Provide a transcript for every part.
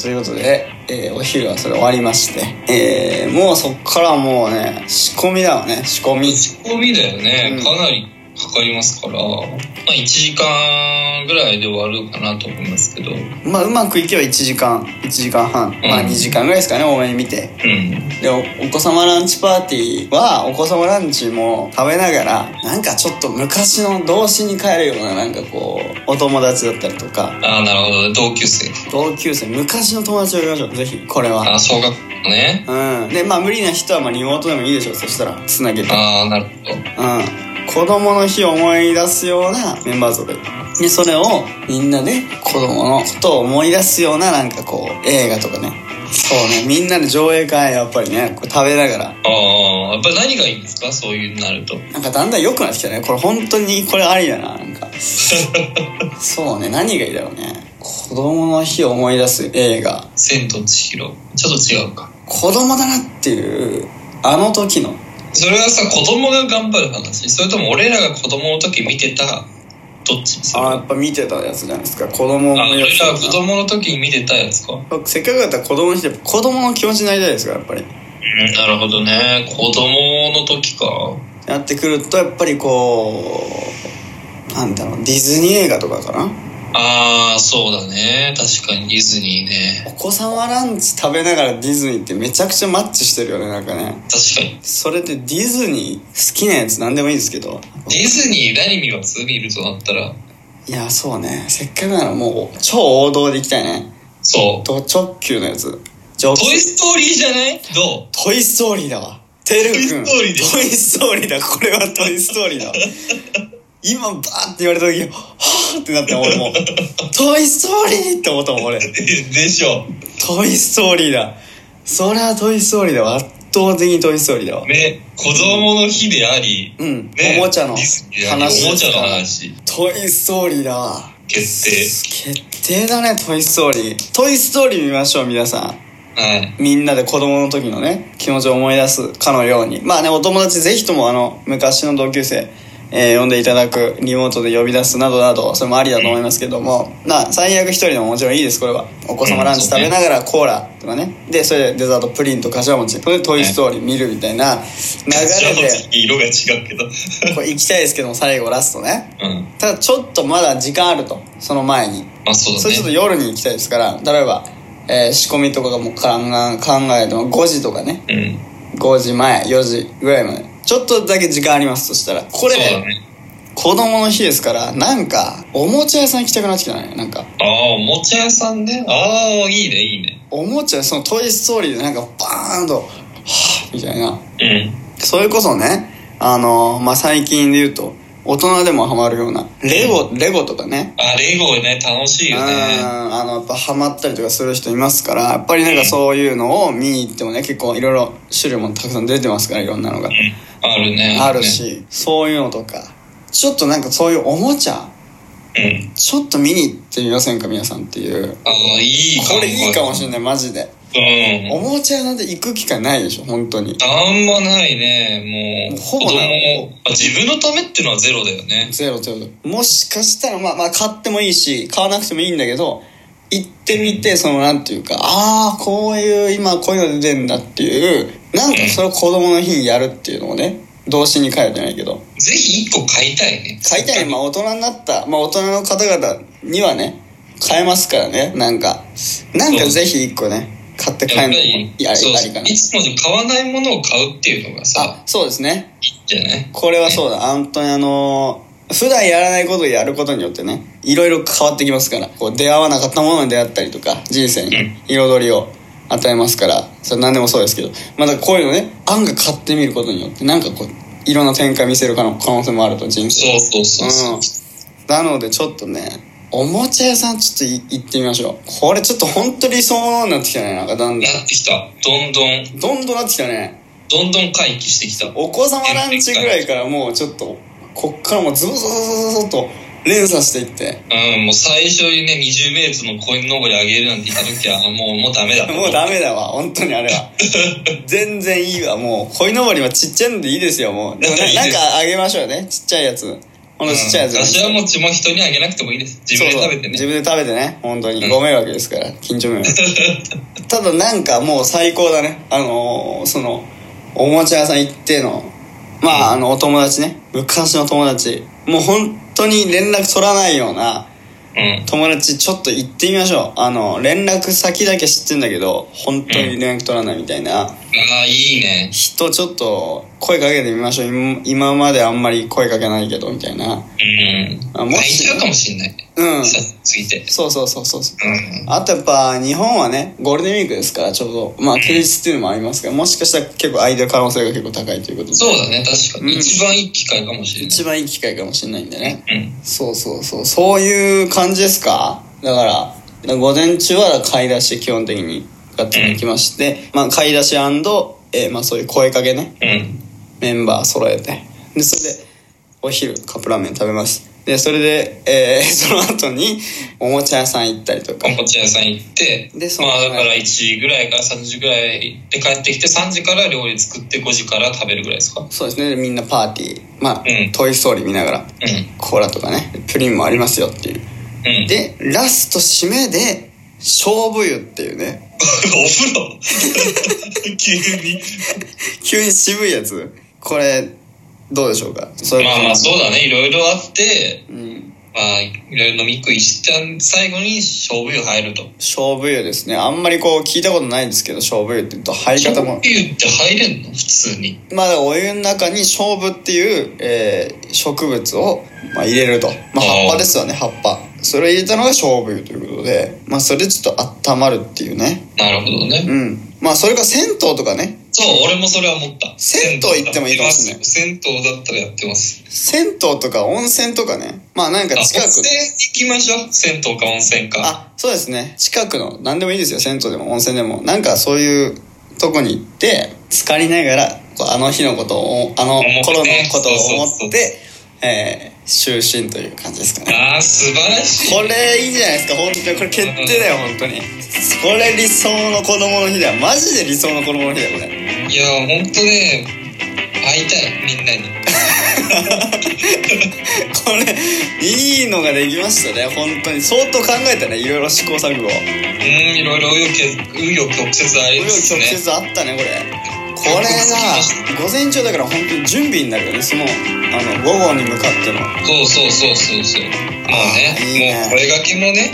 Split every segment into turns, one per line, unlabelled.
ということで、えーお昼はそれ終わりまして、えーもうそっからもうね、仕込みだわね、仕込み。
仕込みだよね、
うん
かなりかかりますから、まあ、1時間ぐらいで終わるかなと思いますけど、うん、
まあ、うまくいけば1時間、1時間半、まあ
うん
2時間ぐらいですかね、多めに見て。でおお子様ランチパーティーはお子様ランチも食べながらなんかちょっと昔の童心に帰るようななんかこうお友達だったりとか
ああなるほど同級生
同級生昔の友達を呼びましょうぜひこれは
ああ小学校ね
うんでまあ無理な人はまあリモートでもいいでしょうそしたらつなげて
ああなるほど
うん子供の日を思い出すようなメンバーぞろいでそれをみんなで子供のことを思い出すようななんかこう映画とかねそうねみんなで上映会やっぱりねこう食べながら
ああやっぱり何がいいんですかそういうのになると
なんかだんだん良くなってきたね。これ本当にこれありだな。 なんか。そうね。何がいいだろうね。子供の日を思い出す映画。
「千と千尋」ちょっと違うか
子供だなっていう、あの時の。
それはさ子供が頑張る話それとも俺らが子供の時見てたどっちにする
ああ、や
あ
っぱ見てたやつじゃないですか。子供のや
俺
つ
らが子供の時に見てたやつか、うん、
せっかくだったら子供の日で子供の気持ちになりたいですから、やっぱり。
なるほどね子供の時か
やってくると、やっぱりこう、なんだろう、ディズニー映画とかかな。
ああそうだね確かにディズニーね
お子様ランチ食べながらディズニーってめちゃくちゃマッチしてるよね、なんかね。
確かに
それでディズニー好きなやつ何でもいいですけど
ディズニー何見ます見るとなったら
いやそうねせっかくならもう超王道でいきたいね
そう
ド直球のやつじゃあ
「トイ・ストーリー」じゃないどう
トイストーリーだわてるくん
トイスト
トイストーリーだこれはトイストーリーだ今バーって言われた時はぁってなって俺もうトイストーリーって思ったもん俺
でしょ
トイストーリーだそれはトイストーリーだわ圧倒的にトイストーリーだわ
ね子供の日であり、
うん、
ね
おもちゃの
ディズニーであり
話
お
で
も
す
ちゃ
か
の
ら
話
トイ・ストーリーだわ
決定
決定だねトイ・ストーリートイ・ストーリー見ましょう皆さ
はい
んみんなで子供の時のね気持ちを思い出すかのようにまあねお友達ぜひともあの昔の同級生えー呼んでいただくリモートで呼び出すなどなどそれもありだと思いますけども、まあ最悪一人でももちろんいいですこれはお子様ランチ食べながらコーラとかねでそれでデザートプリンとかしわ餅それで「トイ・ストーリー」見るみたいな流れ
白
で
と色が違うけど
これ行きたいですけども最後ラストね
うん
ただちょっとまだ時間あるとその前に
まあそう
そ
だ
れちょっと
ね
夜に行きたいですから例えば、えー仕込みとかがもう考え考えても5時とかね
うん
5時前4時ぐらいまでちょっとだけ時間ありますとしたらこれ、
そうだね
子供の日ですからなんかおもちゃ屋さん行きたくなってきたねなんか
ああおもちゃ屋さんねああいいねいいね
おもちゃその「トイ・ストーリー」でなんかバーンと「はぁ」みたいな
うん
それこそねあのーまあ最近で言うと大人でもハマるようなレゴレゴとかね
あレゴね楽しいよね
うんあのやっぱハマったりとかする人いますからやっぱりなんかそういうのを見に行ってもね結構いろいろ種類もたくさん出てますからいろんなのが
うんあるね
あるしそういうのとかちょっとなんかそういうおもちゃ
ねうん
ちょっと見に行ってみませんか皆さんっていう
ああいい
これいいかもしれ
な
ないマジで
いうん
おもちゃ屋なんて行く機会ないでしょ本当に
あんまないねもう
もうほぼない
子供あ自分のためってのはゼロだよね
ゼロゼロもしかしたらまあまあ買ってもいいし買わなくてもいいんだけど行ってみてそのなんていうかああこういう今こういうの出てんだっていうなんかそれを子供の日にやるっていうのをね童心に帰るじゃないけど
ぜひ一個買いたいね
買いたいねまあ大人になった、まあ、大人の方々にはね買えますからねなんかなんかぜひ一個ね買って帰
や
る
っぱ
のも
り
や
そう
ありかない
つもと買わないものを買うっていうのがさ
あそうですね
いいんじゃない
これはそうだ本当にあのー普段やらないことをやることによってねいろいろ変わってきますからこう出会わなかったものに出会ったりとか人生
う
に
ん
彩りを与えますからそれ何でもそうですけどまだこういうのね案が買ってみることによってなんかこういろんな展開見せる可能可能性もあると人生
そうそうそうそう、
うん、なのでちょっとねおもちゃ屋さんちょっとい行ってみましょうこれちょっと本当理想のものになってきたねなんかだんだ
なってきたどんどん
んどんどんなってきたね
どんどん回帰してきた
お子様ランチぐらいからもうちょっとこっからもうズブズブズブズブと連鎖していって
うんもう最初にね20メートルのコインのぼりあげるなんて言った時はもうもうダメだ
もうダメだわ本当にあれは全然いいわもう鯉のぼりはちっちゃいのでいいですよもうでもな
いい
な
で
ん
す
かあげましょうねちっちゃいやつほんとちっちゃいやつ
うん
です
柏餅も人にあげなくてもいいです。自分で食べてね。
そうそう自分で食べてね本当
う
に
ん
ご迷惑ですから緊張迷 惑ただなんかもう最高だねあのーそのおもちゃ屋さん行ってのまああのお友達ね昔の友達もう本当に連絡取らないような
うん。
友達ちょっと行ってみましょうあの連絡先だけ知ってんだけど本当に連絡取らないみたいな、
ああ、いいね。
人ちょっと声かけてみましょう今今まであんまり声かけないけどみたいな
うん。
あ
あ、
も
も
し
し。かもしんない。
うん
さついて。
そうそうそうそうそう
うん。
あとやっぱ日本はねゴールデンウィークですからちょうどまあ休日っていうのもありますからもしかしたら結構空いてる可能性が結構高いということで
そうだね、確かに。
うん
一番いい機会かもしれない。
一番いい機会かもしれないんでね
うん。
そうそうそうそういう感じですかだから午前中は買い出し基本的に買っていきまして、まあ、買い出し、えーまあ、そういう声かけね
うん。
メンバー揃えてでそれでお昼カップラーメン食べますでそれで、えーその後におもちゃ屋さん行ったりとか
おもちゃ屋さん行って、
でその
まあだから1時ぐらいから3時ぐらいで帰ってきて、3時から料理作って5時から食べるぐらいですか。うん。
そうですねみんなパーティーまあ、
うん
トイ・ストーリー見ながらコーラとかねプリンもありますよっていう
うん。
でラスト締めで勝負湯っていうね
お風呂 急に。
急に渋いやつこれどうでしょうかそれ
まあまあそうだね、いろいろあって、
うん、
まあいろいろ飲み食いして、最後に勝負湯入ると。
勝負湯ですねあんまりこう聞いたことないんですけど勝負湯って言うと入り
勝
方
負
も
湯って入れんの普通に。
まあお湯の中に勝負っていう、えー植物を、まあ、入れると、まあ、
あー
葉っぱですよね葉っぱそれを入れたのが勝負湯ということで、まあ、それでちょっと温まるっていうね
なるほどね。
うん。まあ、それか銭湯とかね。
そう、俺もそれは思った。
銭湯行ってもいいかもしれない
銭湯だったらやってます。
銭湯とか温泉とかね。まあ、なんか
あ
近く。
温泉行きましょう。銭湯か温泉か。
あ、そうですね。近くの、なんでもいいですよ。銭湯でも温泉でも。なんかそういうとこに行って、浸かりながら、こうあの日のことを、あの
思って
頃のことを
そうそ
思っ
う
て、えー、就寝という感じですかね。
ああ、素晴らしい。
これいいじゃないですか、本当に。これ決定だよ、本当に。これ理想の子供の日だよ。マジで理想の子供の日だよ、これ。
いや、ほんとね、会いたい、みんなに。
これ、いいのができましたね、本当に。相当考えたね、いろいろ試行錯誤を。
うん、いろいろ紆余曲紆余曲折あり
紆
ま
余
す
曲
ね。
折あったねこれこれが午前中だから本当に準備になるよねそのあの午後に向かっての
そうそうそうそうそう。もう
あーいいね
ね、もうこれがけもね、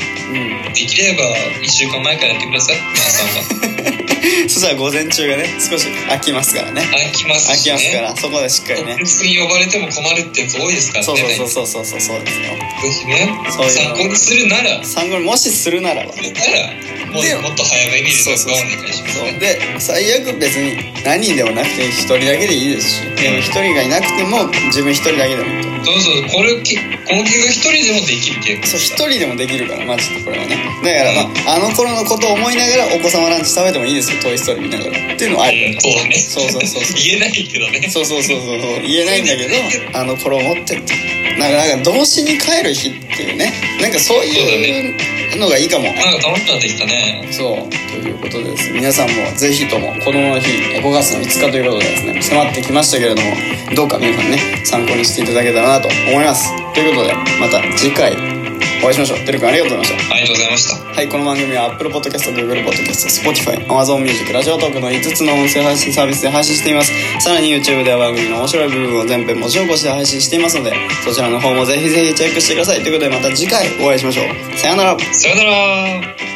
う
できれば1週間前からやってください、皆さんは。
ん そしたら午前中がね少し空きますからね
飽きます
空
し
き
ね。
ますからそこでしっかりね
別に呼ばれても困るってやつ多いですからね。
そうそうそうそうそうそうですよ
ぜひね、
そういうの
参考にするなら、なら、
参考にもしするならば
も
で
うもっと早めに
そう
連
そ
絡
う
をお
そう
願いします
そう
ね。
で最悪別に何人でもなくて一人だけでいいですしでも一人がいなくても自分一人だけでもいいと
そうそう、これ、きこの企画一人でもできる結果。
そう一人でもできるからマジでこれはねだから、まあ、あの頃のことを思いながらお子様ランチ食べてもいいですよ「トイ・ストーリー」見ながらっていうのはありだ
うんそうだね。
そうそうそうそう
言えないけどね。
そうそうそうそう言えないんだけどあの頃を思ってってなんかなんか童心に帰る日っていうねなんかそういうのがいいかも
なんか楽しくなってきたね。
そうということでです皆さんもぜひとも子供の日5月の5日ということでですね迫ってきましたけれどもどうか皆さんね参考にしていただけたらなと思いますということでまた次回お会いしましょうてるくんありがとうございました
ありがとうございました。
はい、この番組は Apple Podcast、Google Podcast、Spotify、Amazon Music、ラジオトークの5つの音声配信サービスで配信しています。さらに YouTube では番組の面白い部分を全編文字起こしで配信していますので、そちらの方もぜひぜひチェックしてください。ということでまた次回お会いしましょう。さようなら。
さよなら。